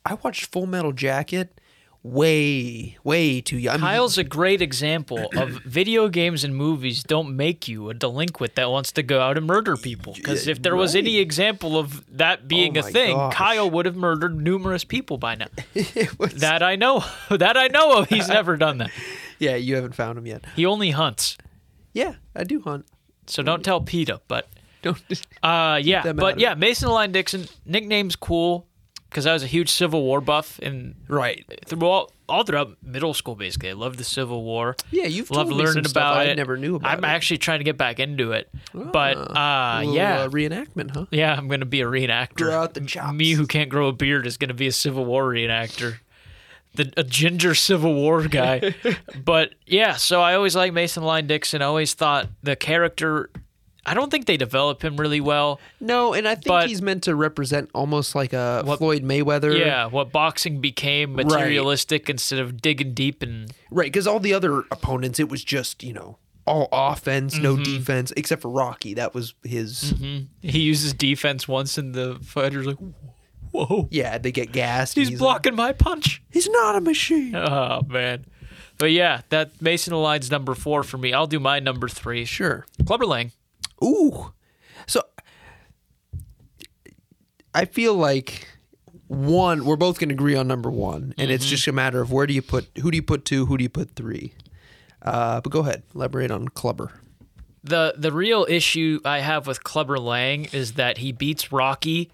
I watched Full Metal Jacket way, way too young. I mean, Kyle's a great example of video games and movies don't make you a delinquent that wants to go out and murder people. Because if there was any example of that being a Oh my thing, gosh. Kyle would have murdered numerous people by now. it was- that I know, that I know of, he's never done that. yeah, you haven't found him yet. He only hunts, Yeah, I do hunt. so don't tell Peta. But Don't. uh, yeah, Them out but of yeah, Mason Line Dixon nickname's cool because I was a huge Civil War buff and right. through all, all throughout middle school basically. I loved the Civil War. Yeah, you've loved told me some learning stuff about I it. never knew about I'm it. actually trying to get back into it, but A uh, little, yeah, uh, reenactment, huh? yeah, I'm gonna be a reenactor. Grow out the M- chops. Me who can't grow a beard is gonna be a Civil War reenactor. The, a ginger Civil War guy, but yeah. So I always liked Mason Line Dixon. I always thought the character. I don't think they develop him really well. No, and I think But- he's meant to represent almost like a What- Floyd Mayweather. Yeah, what boxing became Er. Right. materialistic instead of digging deep and Right, because all the other opponents, it was just you know all offense, no Mm-hmm. defense, except for Rocky. That was his. hmm, He uses defense once, and the fighter's like, "Whoa, Yeah, they get gassed. and he's, like, blocking my punch." he's not a machine. Oh man, but yeah, that Mason Align's number four for me. I'll do my number three. Sure. Clubber Lang. Ooh, so I feel like one. We're both going to agree on number one, and Mm-hmm. it's just a matter of where do you put who do you put two, who do you put three. Uh, but go ahead, elaborate on Clubber. The the real issue I have with Clubber Lang is that he beats Rocky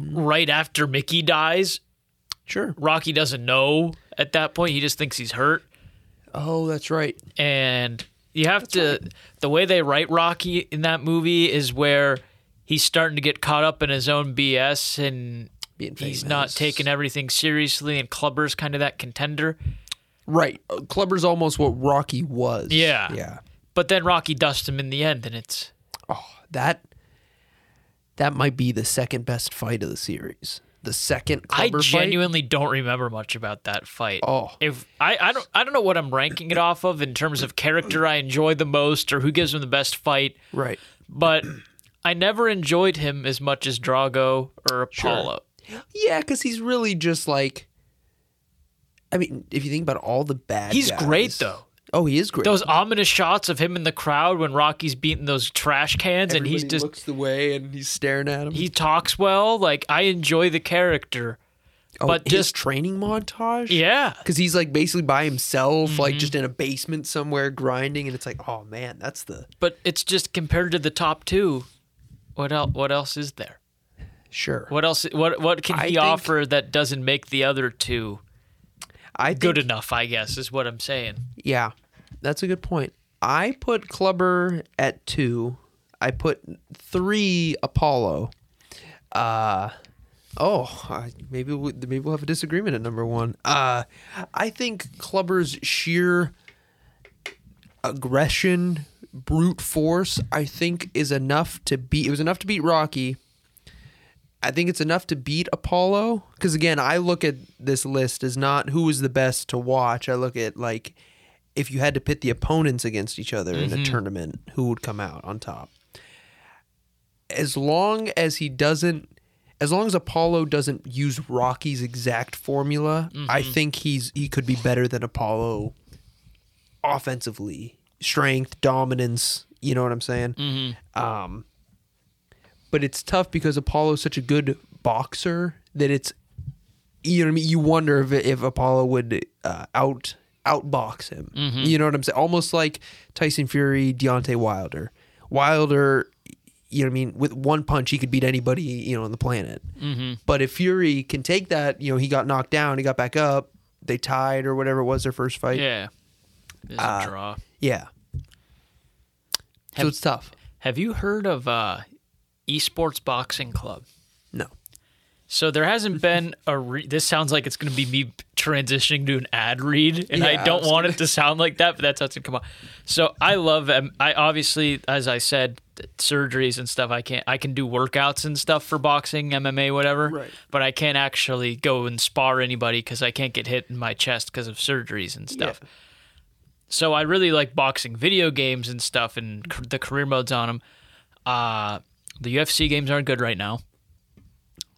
right after Mickey dies. Sure. Rocky doesn't know at that point. He just thinks he's hurt. Oh, that's right. and you have to the way they write Rocky in that movie is where he's starting to get caught up in his own BS and Being he's not famous. taking everything seriously and Clubber's kind of that contender. Right. Uh, Clubber's almost what Rocky was. Yeah. Yeah. But then Rocky dusts him in the end and it's Oh, that that might be the second best fight of the series. The second Clubber I fight. genuinely don't remember much about that fight. Oh. If I, I don't I don't know what I'm ranking it off of in terms of character I enjoy the most or who gives him the best fight, Right. but I never enjoyed him as much as Drago or Apollo. Yeah, because he's really just like. I mean, if you think about all the bad, He's guys- great, though. Oh, he is great. those ominous shots of him in the crowd when Rocky's beating those trash cans and he's Everybody just looks the way and he's staring at him. he talks well. Like I enjoy the character. Oh, but his just- training montage. Yeah. Mm-hmm. because he's like basically by himself, like just in a basement somewhere grinding, and it's like, oh man, that's the But it's just compared to the top two, what else what else is there? sure. What else what what can I he think- offer that doesn't make the other two I think, good enough, I guess, is what I'm saying. Yeah, that's a good point. I put Clubber at two. I put three Apollo. Uh, oh, I- maybe we, maybe we'll have a disagreement at number one. Uh, I think Clubber's sheer aggression, brute force, I think is enough to beat. It was enough to beat Rocky. I think it's enough to beat Apollo. Because again, I look at this list as not who is the best to watch. I look at like if you had to pit the opponents against each other in a tournament, who would come out on top? As long as he doesn't, as long as Apollo doesn't use Rocky's exact formula, I think he's he could be better than Apollo offensively, strength, dominance. You know what I'm saying? Mm-hmm. Um, but it's tough because Apollo's such a good boxer that it's you know what I mean. You wonder if if Apollo would uh, out outbox him. Mm-hmm. You know what I'm saying? Almost like Tyson Fury, Deontay Wilder. Wilder, you know what I mean. With one punch, he could beat anybody you know on the planet. Mm-hmm. But if Fury can take that, you know, he got knocked down, he got back up, they tied or whatever it was their first fight. Yeah. It's uh, a draw. Yeah. so Have- it's tough. Have you heard of uh esports boxing club? No. So there hasn't been a. Re- this sounds like it's going to be me transitioning to an ad read, and Yeah, I I don't was want it to sound like that, but that's how it's going to come out. So I love. um, I obviously, as I said, th- surgeries and stuff. I can't. I can do workouts and stuff for boxing, MMA, whatever. Right. But I can't actually go and spar anybody because I can't get hit in my chest because of surgeries and stuff. So I really like boxing video games and stuff, and c- the career modes on them. Uh, the UFC games aren't good right now.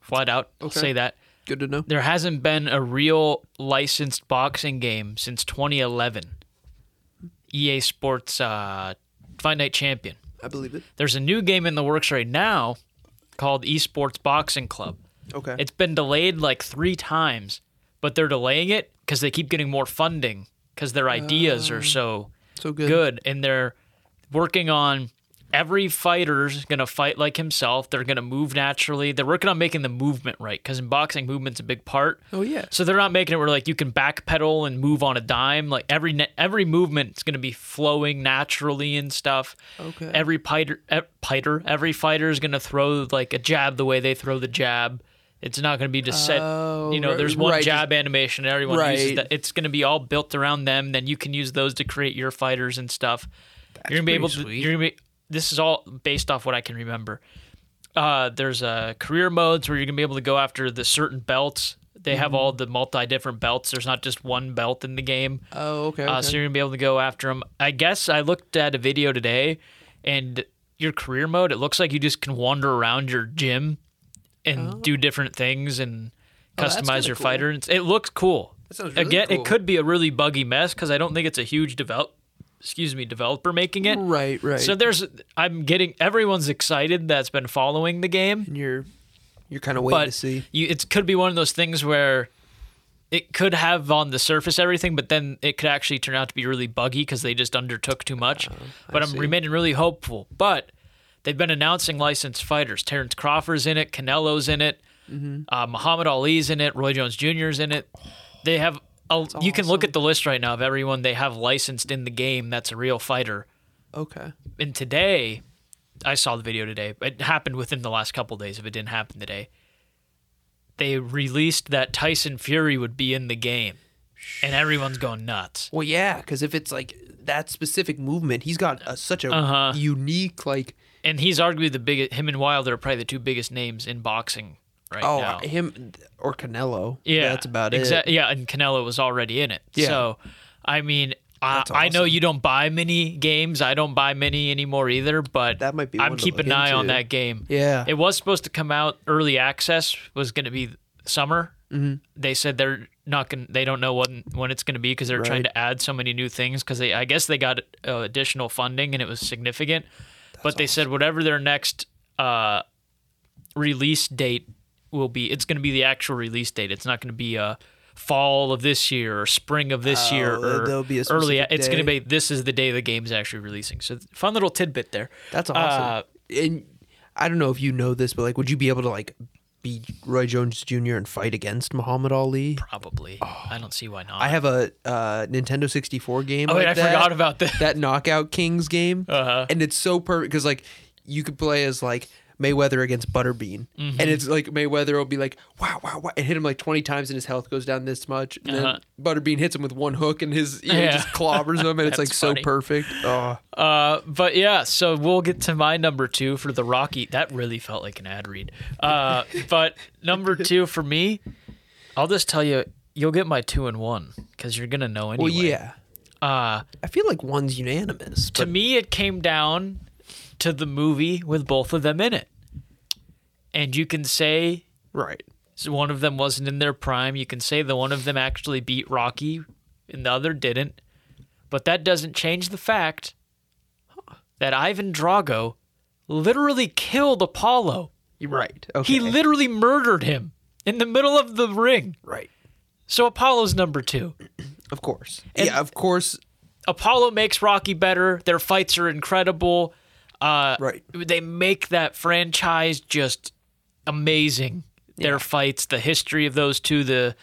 Flat out, I'll Okay. say that Good to know. there hasn't been a real licensed boxing game since 2011. EA Sports uh, Fight Night Champion. I believe it. There's a new game in the works right now called Esports Boxing Club. Okay. It's been delayed like three times, but they're delaying it because they keep getting more funding because their ideas are so so good. and they're working on every fighter's going to fight like himself they're going to move naturally they're working on making the movement right because in boxing movement's a big part Oh, yeah. so they're not making it where like you can backpedal and move on a dime like every ne- every movement is going to be flowing naturally and stuff Okay. every fighter e- fighter every fighter is going to throw like a jab the way they throw the jab it's not going to be just set Oh, you know right- there's one right, just jab animation and everyone uses Right. that it's going to be all built around them. Then you can use those to create your fighters and stuff. you're gonna be pretty able to. sweet. You're gonna be. This is all based off what I can remember. Uh, there's uh, career modes where you're gonna be able to go after the certain belts. They have Mm-hmm. all the multi different belts. There's not just one belt in the game. Oh, okay. Uh, so you're gonna be able to go after them. I guess I looked at a video today, and your career mode. It looks like you just can wander around your gym and do different things and Oh. that's customize kinda your cool. fighter. It's- It looks cool. That sounds really Again, cool. it could be a really buggy mess because I don't think it's a huge develop. Excuse me, developer making it. right, right. So there's. I'm getting everyone's excited that's been following the game and you're you're kind of waiting to but see. you, it could be one of those things where it could have on the surface everything, but then it could actually turn out to be really buggy because they just undertook too much. but I'm Oh, see. remaining really hopeful. But they've been announcing licensed fighters. Terrence Crawford's in Mm-hmm. it. Canelo's in it. Uh, Muhammad Ali's in it. Roy Jones Jr.'s in it. They have I'll, you can look awesome. at the list right now of everyone they have licensed in the game that's a real fighter. Okay. And today, I saw the video today. It happened within the last couple days. If it didn't happen today, they released that Tyson Fury would be in the game, and everyone's going nuts. Well, yeah, because if it's like that specific movement, he's got a, such a Uh-huh. unique like. And he's arguably the biggest. Him and Wilder are probably the two biggest names in boxing right Oh, now. him or Canelo. Yeah, that's about exa- it. Yeah, and Canelo was already in it. Yeah. So, I mean, I, That's I know awesome. you don't buy many games. I don't buy many anymore either. But That might be I'm one to keeping an look eye on into. that game. Yeah. It was supposed to come out early access was going to be summer. Mm-hmm. They said they're not going. They don't know when when it's going to be because they're trying Right. to add so many new things. Because they, I guess they got uh, additional funding and it was significant. but they said whatever their next uh, release date will be, it's going to be the actual release date. It's not going to be a fall of this year or spring of this year Oh, or there'll be a early. specific It's going to day. be this is the day the game's actually releasing. So fun little tidbit there. That's Uh, awesome. and I don't know if you know this, but like, would you be able to like be Roy Jones Jr. and fight against Muhammad Ali? Probably. I don't see why not. I have a uh, Nintendo 64 game. oh wait, like I that, forgot about this. that Knockout Kings game, Uh-huh. and it's so perfect because like you could play as like Mayweather against Butterbean, Mm-hmm. and it's like Mayweather will be like wow wow wow, and hit him like 20 times, and his health goes down this much, and Uh-huh. then Butterbean hits him with one hook, and his you know, Yeah. just clobbers him, and it's like That's so funny. perfect. Oh, Uh, but yeah, so we'll get to my number two for the Rocky. That really felt like an ad read. Uh, but number two for me, I'll just tell you, you'll get my two and one because you're gonna know anyway. well, yeah, Uh, I feel like one's unanimous. to But me, it came down to the movie with both of them in it, and you can say right, so one of them wasn't in their prime. You can say the one of them actually beat Rocky and the other didn't. But that doesn't change the fact that Ivan Drago literally killed Apollo. you're right. Okay, He literally murdered him in the middle of the ring. right, So Apollo's number two. of course. And- yeah, of course. Apollo makes Rocky better. Their fights are incredible. Uh, Right. They make that franchise just amazing. Their fights, the history of those two, the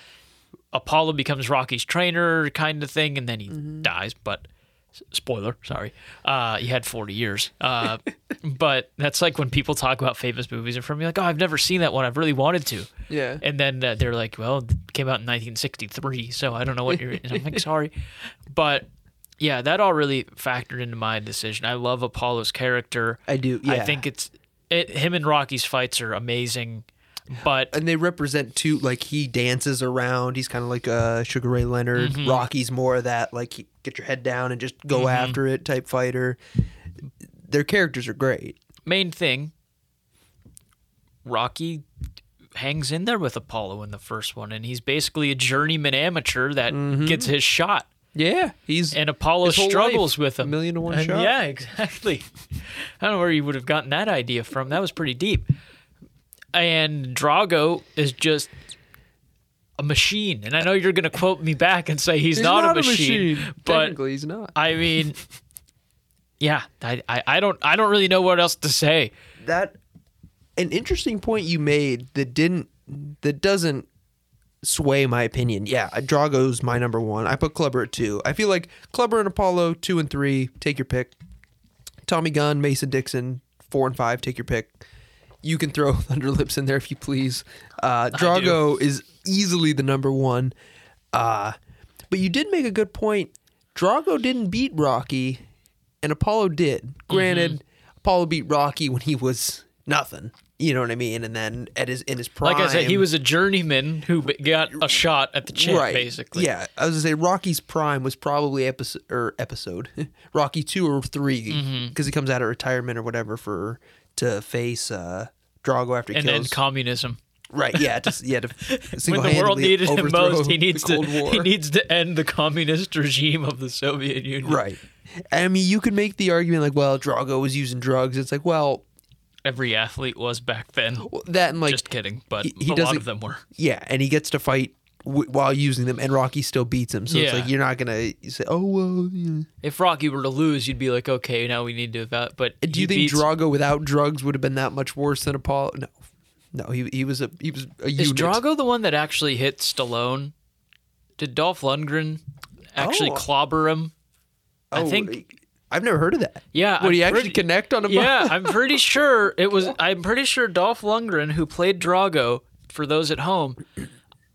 Apollo becomes Rocky's trainer kind of thing, and then he dies. But s- spoiler, sorry, uh, he had 40 years. Uh, but that's like when people talk about famous movies in front of me, like, oh, I've never seen that one. I've really wanted to. Yeah. And then uh, they're like, well, it came out in 1963, so I don't know what you're. And I'm like, sorry. But yeah, that all really factored into my decision. I love Apollo's character. I do, I yeah. think it's it, him and Rocky's fights are amazing. But and they represent two like he dances around he's kind of like uh sugar ray leonard Mm-hmm. rocky's more of that like he, get your head down and just go after it type fighter their characters are great main thing, Rocky hangs in there with Apollo in the first one, and he's basically a journeyman amateur that gets his shot. yeah he's and Apollo Mm-hmm. His whole struggles life, with him. a million to one And shot. Yeah, exactly. I don't know where you would have gotten that idea from. That was pretty deep. And Drago is just a machine. And I know you're going to quote me back and say he's, not, a machine, but technically he's not I mean, yeah, I, I, I don't I don't really know what else to say. that an interesting point you made that didn't that doesn't sway my opinion yeah drago's my number one i put clubber at two i feel like clubber and apollo two and three take your pick tommy gunn mason dixon four and five take your pick you can throw thunderlips in there if you please uh drago is easily the number one uh but you did make a good point drago didn't beat rocky and Apollo did. Mm-hmm. Granted, Apollo beat Rocky when he was nothing. You know what I mean? And then at his in his prime, Like I said, he was a journeyman who b- got a shot at the chin, right, basically. Yeah, I was gonna say Rocky's prime was probably episode or episode Rocky two or three because Mm-hmm. he comes out of retirement or whatever for to face uh, Drago after he And then kills. communism. right? Yeah, just yeah. To when the world single-handedly needed him overthrow most, he needs the to Cold War. he needs to end the communist regime of the Soviet Union. right. I mean, you could make the argument like, well, Drago was using drugs. It's like, well, Every athlete was back then. that and like Just kidding, but he- he a lot doesn't- of them were. Yeah, and he gets to fight w- while using them, and Rocky still beats him. So it's Yeah. like you're not gonna you say, "Oh well." yeah." If Rocky were to lose, you'd be like, okay, now we need to about. But Do he you think beats- Drago without drugs would have been that much worse than Apollo? No, no, he he was a he was a is unit. Drago the one that actually hit Stallone Did Dolph Lundgren actually Oh. clobber him? I Oh, think. I've never heard of that. Yeah, Would I'm he actually pretty- connect on a Yeah, I'm pretty sure it was. I'm pretty sure Dolph Lundgren, who played Drago, for those at home,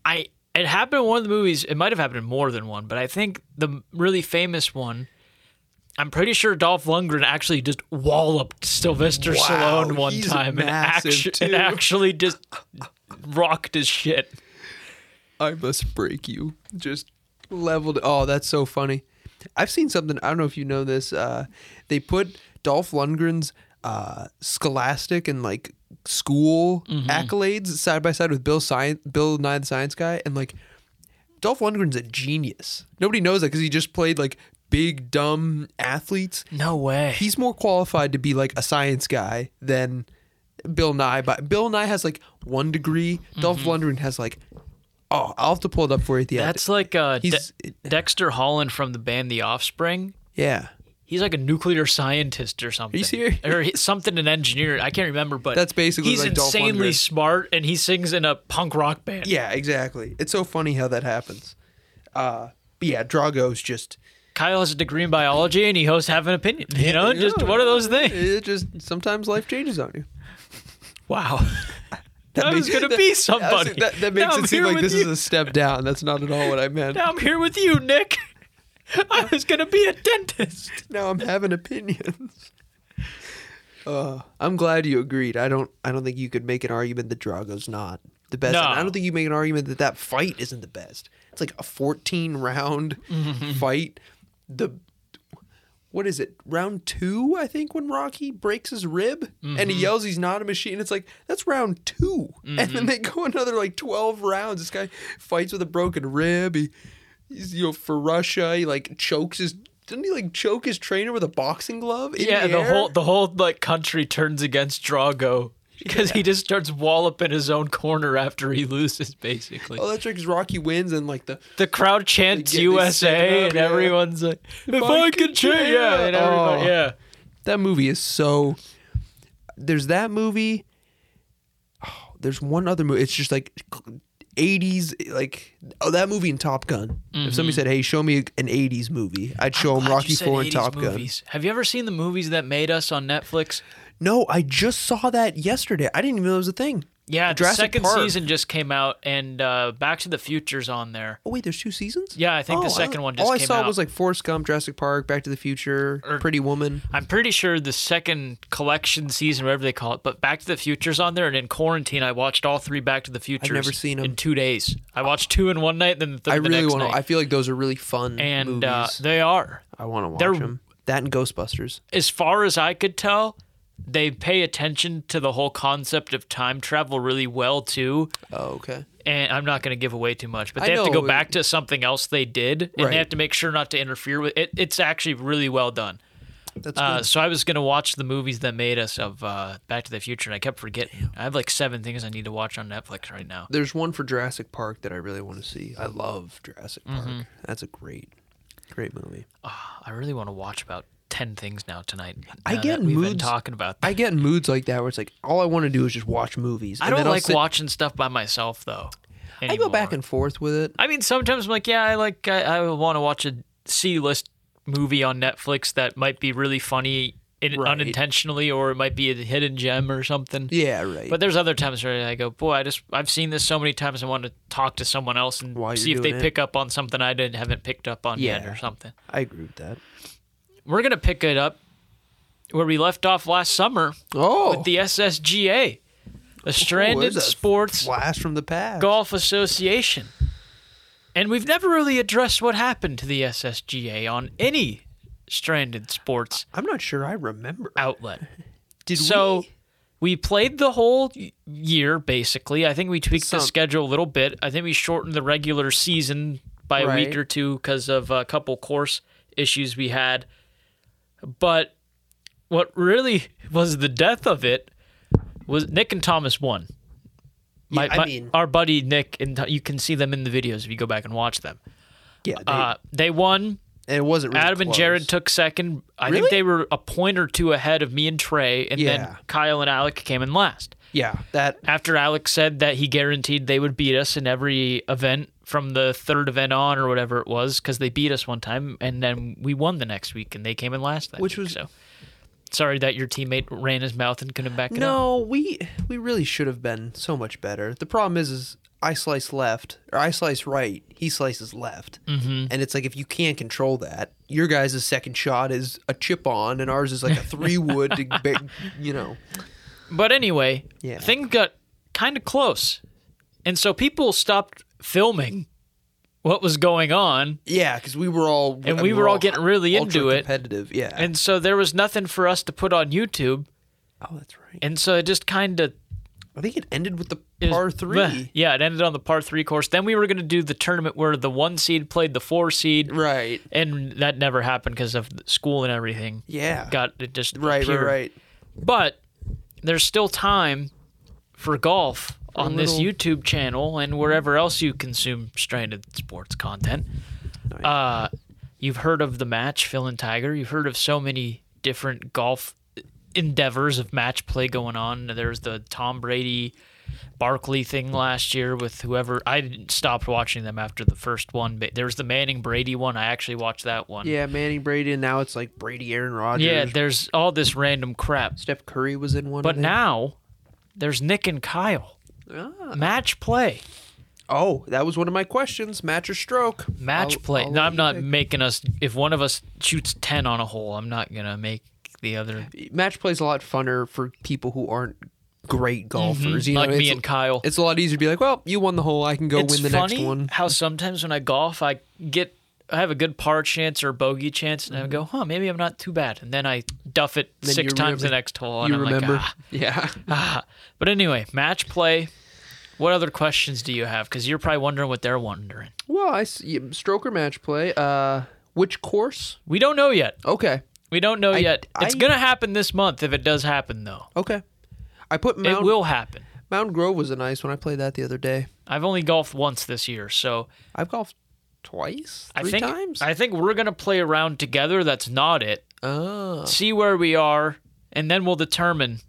I it happened in one of the movies. It might have happened in more than one, but I think the really famous one. I'm pretty sure Dolph Lundgren actually just walloped Sylvester Wow, Stallone one he's time and, massive, actu- and too. actually just rocked his shit. I must break you. Just leveled. Oh, that's so funny. I've seen something. I don't know if you know this. Uh, they put Dolph Lundgren's uh, scholastic and like school accolades side by side with Bill Science, Bill Nye the Science Guy, and like Dolph Lundgren's a genius. Nobody knows that because he just played like big dumb athletes. No way. He's more qualified to be like a science guy than Bill Nye. But Bill Nye has like one degree. Dolph Lundgren has like, oh, I'll have to pull it up for you at the Mm-hmm. That's like uh, De- He's- Dexter Holland from the band The Offspring. end. Yeah, He's like a nuclear scientist or something. He's here. Or he, something an engineer. I can't remember, but That's basically he's like Dolph insanely Lundgren. smart and he sings in a punk rock band. yeah, exactly. It's so funny how that happens. Uh, but yeah, Drago's just Kyle has a degree in biology and he hosts have an opinion. You know, just Yeah. one of those things. it just sometimes life changes on you. Wow. I was makes- gonna be that- somebody. That, that makes Now it I'm seem here like with this is you. a step down. That's not at all what I meant. Now I'm here with you, Nick. I was gonna be a dentist. now I'm having opinions. Uh, I'm glad you agreed. I don't. I don't think you could make an argument that Drago's not the best. And I No. don't think you make an argument that that fight isn't the best. It's like a 14 round fight. The what is it? Round two, I think, when Rocky breaks his rib and he Mm-hmm. yells he's not a machine. It's like that's round 2 and Mm-hmm. then they go another like 12 rounds. This guy fights with a broken rib. He, he's you know for Russia. He like chokes his. Didn't he like choke his trainer with a boxing glove? in yeah, the, the, air? whole the whole like country turns against Drago because he just starts walloping his own corner after he loses, basically. Oh, that's right. Because Rocky wins and like the the crowd chants They get- they USA, stand up, and yeah. everyone's like, "If I could change, yeah, and everybody, Oh. yeah." That movie is so. There's that movie. Oh, there's one other movie. It's just like 80s, like oh that movie and Top Gun. If somebody said, "Hey, show me an 80s movie," I'd show them Mm-hmm. Glad you Rocky said Four and 80s Top Gun. movies. Have you ever seen the movies that made us on Netflix? No, I just saw that yesterday. I didn't even know it was a thing. Yeah, Jurassic the second Park. season just came out, and uh, Back to the Future's on there, Oh wait, there's two seasons. Yeah, I think the Oh, second one all just I came saw out. was like Forrest Gump, Jurassic Park, Back to the Future, Or- Pretty Woman. I'm pretty sure the second collection season, whatever they call it, but Back to the Future's on there. And in quarantine, I watched all three Back to the Futures. never seen 'em. in two days. I watched two in one night, then the, th- I the really next want to. night. I feel like those are really fun and movies. uh, they are. I want to watch they're- them. That and Ghostbusters. as far as I could tell, they pay attention to the whole concept of time travel really well too. Oh, okay. And I'm not going to give away too much, but I they have to go know. back to something else they did, and Right. they have to make sure not to interfere with it. It's actually really well done. That's good. Uh, so I was going to watch the movies that made us of uh, Back to the Future, and I kept forgetting. I have like seven things I need to watch on Netflix right now. There's one for Jurassic Park that I really want to see. I love Jurassic Park. Mm-hmm. That's a great, great movie. I really want to watch about ten things now tonight. I now get that we've been moods- talking about. I get in moods like that where it's like all I want to do is just watch movies. I and don't then I'll like sit- watching stuff by myself though. I go anymore. back and forth with it. I mean, sometimes I'm like, yeah, I like, I, I want to watch a C list movie on Netflix that might be really funny in, Right. unintentionally, or it might be a hidden gem or something. Yeah, right. But there's other times where I go, boy, I just I've seen this so many times. I want to talk to someone else and While you're see if they doing it. pick up on something I didn't haven't picked up on yet Yeah. or something. I agree with that. We're gonna pick it up where we left off last summer Oh, with the SSGA, the Stranded there's a Sports blast from the past. Golf Association. And we've never really addressed what happened to the SSGA on any stranded sports I'm not sure I remember. outlet. Did so we? we played the whole y- year, basically. I think we tweaked the Some- schedule a little bit. I think we shortened the regular season by a week Right. or two because of a couple course issues we had. But what really was the death of it was Nick and Thomas won. My, Yeah, I my- mean- our buddy Nick and Th- you can see them in the videos if you go back and watch them. Yeah, they, Uh, they won. and it wasn't really Adam and close. Jared took second. I think Really? they were a point or two ahead of me and Trey, and Yeah. then Kyle and Alec came in last. Yeah, that After Alex said that he guaranteed they would beat us in every event from the third event on or whatever it was, because they beat us one time and then we won the next week and they came in last. That Which week, was- so. Sorry that your teammate ran his mouth and couldn't back it up. No, we we really should have been so much better. The problem is, is I slice left or I slice right. He slices left, mm-hmm. and it's like if you can't control that, your guys' second shot is a chip on, and ours is like a three wood to, ba- you know. But anyway, Yeah. things got kind of close. And so people stopped filming what was going on. Yeah, because we were all I mean, we were all getting really ultra into it. competitive. Yeah, And so there was nothing for us to put on YouTube. oh, that's right. And so it just kind of. I think it ended with the par three. Yeah, it ended on the par three course. Then we were going to do the tournament where the one seed played the four seed. Right. And that never happened because of school and everything. Yeah. Got it just. Right. Right. appeared. Right. But there's still time for golf on this little- YouTube channel and wherever else you consume stranded sports content. Uh, you've heard of the match, Phil and Tiger. You've heard of so many different golf endeavors of match play going on. There's the Tom Brady Barkley thing last year with whoever. I didn't- stopped watching them after the first one. But there was the Manning Brady one. I actually watched that one. Yeah, Manning Brady, and now it's like Brady, Aaron Rodgers. Yeah, there's all this random crap. Steph Curry was in one. But of them. now there's Nick and Kyle. Ah. Match play. Oh, that was one of my questions. Match or stroke? Match I'll- play. I'll no, let I'm you not making us if one of us shoots 10 on a hole, I'm not going to make the other pick. Match play's a lot funner for people who aren't great golfers. You know, Mm-hmm. like me it's, and Kyle. it's a lot easier to be like, well, you won the hole. I can go it's win the funny next one. how sometimes when I golf, I get I have a good par chance or bogey chance and I go, "Huh, maybe I'm not too bad." And then I duff it Mm-hmm. Then 6 you times the remember- next hole and You I'm remember? like, ah, Yeah. ah. But anyway, match play. What other questions do you have cuz you're probably wondering what they're wondering. well, I see. stroke or match play. Uh, which course? We don't know yet. Okay. We don't know yet. it's I- gonna happen this month if it does happen, though. Okay. I put It Mount will happen. Mountain Grove was a nice one. I played that the other day. I've only golfed once this year, so I've golfed twice, I three think times. I think we're gonna play around together. That's not it. oh, See where we are, and then we'll determine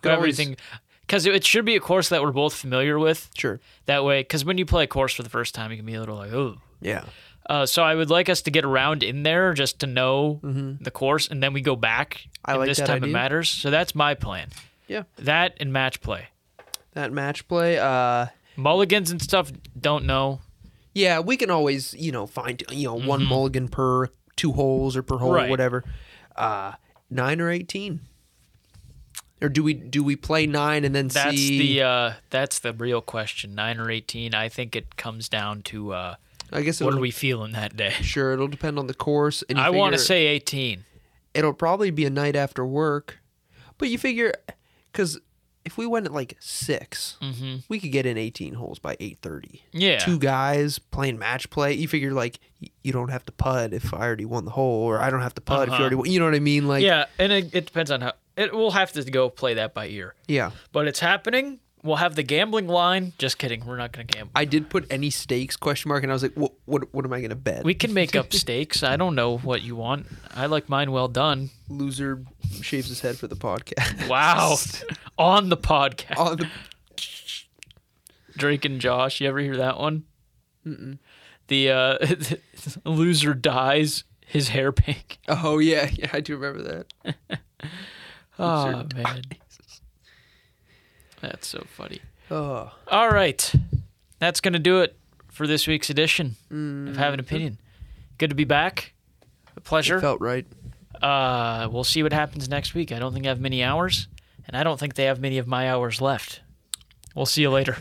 Could always- everything. Because it, it should be a course that we're both familiar with. sure. That way, because when you play a course for the first time, you can be a little like, oh. Yeah. Uh, so I would like us to get around in there just to know the course, and then we go back. Mm-hmm. I if like this that time it idea. matters. So that's my plan. Yeah. That and match play. That match play. Uh, Mulligans and stuff, don't know. Yeah, we can always, you know, find you know one mulligan per two holes or per hole, Mm-hmm. Right. whatever. Uh, nine or eighteen, or do we do we play nine and then That's see? the uh, that's the real question. Nine or eighteen? I think it comes down to uh, I guess what it'll, are we feeling that day. sure it'll depend on the course. And you I want to figure say eighteen. it'll probably be a night after work, but you figure because if we went at like 6 we could get in eighteen holes by eight thirty. Mm-hmm. Yeah, Two guys playing match play. You figure like y- you don't have to putt if I already won the hole, or I don't have to putt if you already. Won, you know what I mean? Like Uh-huh. yeah, and it, it depends on how. It we'll have to go play that by ear, yeah. but it's happening. We'll have the gambling line. Just kidding. We're not going to gamble. I did put any stakes question mark, and I was like, what what, what am I gonna bet? We can make up stakes. I don't know what you want. I like mine well done. Loser shaves his head for the podcast. Wow, on the podcast. On the- Drake and Josh. You ever hear that one? Mm-mm. The uh, loser dies. His hair pink. oh yeah, yeah, I do remember that. Oh man, that's so funny. Oh, All right, that's gonna do it for this week's edition mm. of Have an Opinion. Good to be back. A pleasure. felt right. Uh, we'll see what happens next week. I don't think I have many hours, and I don't think they have many of my hours left. We'll see you later.